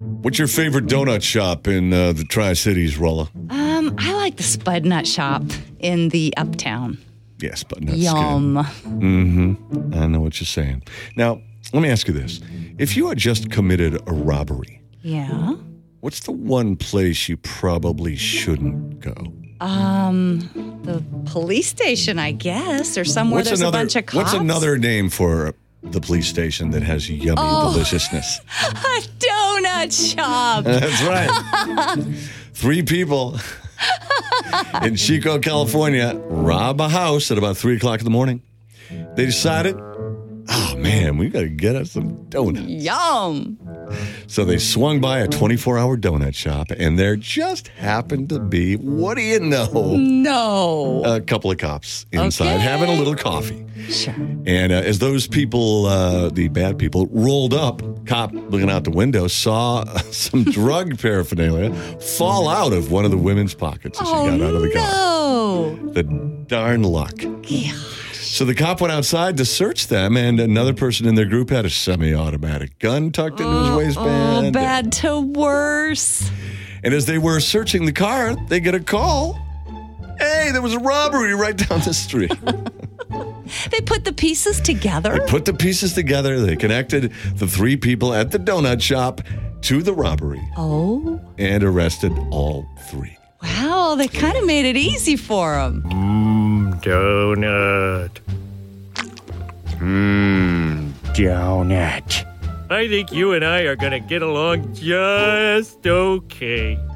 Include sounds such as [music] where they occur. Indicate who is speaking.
Speaker 1: What's your favorite donut shop in uh, the Tri Cities, Rolla?
Speaker 2: Um, I like the Spud Nut Shop in the Uptown.
Speaker 1: Yes, but not
Speaker 2: Yum.
Speaker 1: Mm-hmm. I know what you're saying. Now, let me ask you this: If you had just committed a robbery,
Speaker 2: Yeah.
Speaker 1: what's the one place you probably shouldn't go?
Speaker 2: Um, the police station, I guess, or somewhere
Speaker 1: what's
Speaker 2: there's
Speaker 1: another?
Speaker 2: a bunch of
Speaker 1: What's
Speaker 2: cops.
Speaker 1: another name for the police station that has yummy
Speaker 2: Oh.
Speaker 1: deliciousness?
Speaker 2: [laughs] A donut
Speaker 1: [laughs]
Speaker 2: shop.
Speaker 1: That's right. Three people [laughs] in Chico, California, rob a house at about three o'clock in the morning. They decided, oh man, we got to get us some donuts.
Speaker 2: Yum.
Speaker 1: So they swung by a 24 hour donut shop, and there just happened to be, what do you know,
Speaker 2: No.
Speaker 1: a couple of cops inside
Speaker 2: Okay.
Speaker 1: having a little coffee.
Speaker 2: sure.
Speaker 1: And uh, as those people, uh, the bad people, rolled up, cop looking out the window saw [laughs] some drug paraphernalia fall out of one of the women's pockets as
Speaker 2: Oh
Speaker 1: she got out of the car.
Speaker 2: no.
Speaker 1: The darn luck.
Speaker 2: Yeah.
Speaker 1: So the cop went outside to search them, and another person in their group had a semi automatic gun tucked into his waistband.
Speaker 2: Oh, bad to worse.
Speaker 1: And as they were searching the car, they get a call. Hey, there was a robbery right down the street.
Speaker 2: They put the pieces together.
Speaker 1: They put the pieces together. They connected the three people at the donut shop to the robbery
Speaker 2: oh.
Speaker 1: and arrested all three.
Speaker 2: Wow, they kind of made it easy for them.
Speaker 3: Donut.
Speaker 4: Donut.
Speaker 3: I think you and I are gonna get along just okay.